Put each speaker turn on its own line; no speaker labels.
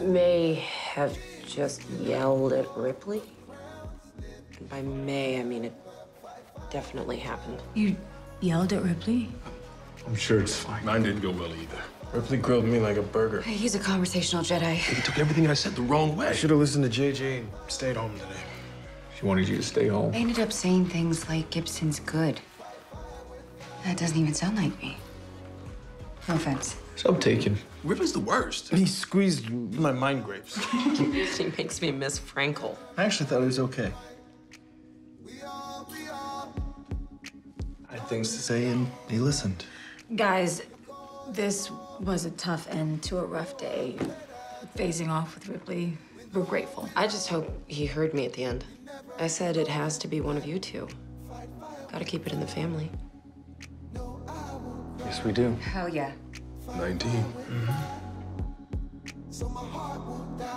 may have just yelled at Ripley. And by may, I mean it definitely happened.
You yelled at Ripley?
I'm sure it's fine.
Mine didn't go well either.
Ripley grilled me like a burger.
He's a conversational Jedi.
He took everything I said the wrong way.
I should have listened to JJ and stayed home today.
She wanted you to stay
I
home.
ended up saying things like Gibson's good. That doesn't even sound like me. No offense.
So I'm taken. Ripley's the worst.
He squeezed my mind grapes.
She makes me miss Frankel.
I actually thought it was okay. I had things to say, and he listened.
Guys, this was a tough end to a rough day. Phasing off with Ripley, we're grateful.
I just hope he heard me at the end. I said it has to be one of you two. Gotta keep it in the family.
Yes, we do.
Hell yeah.
19.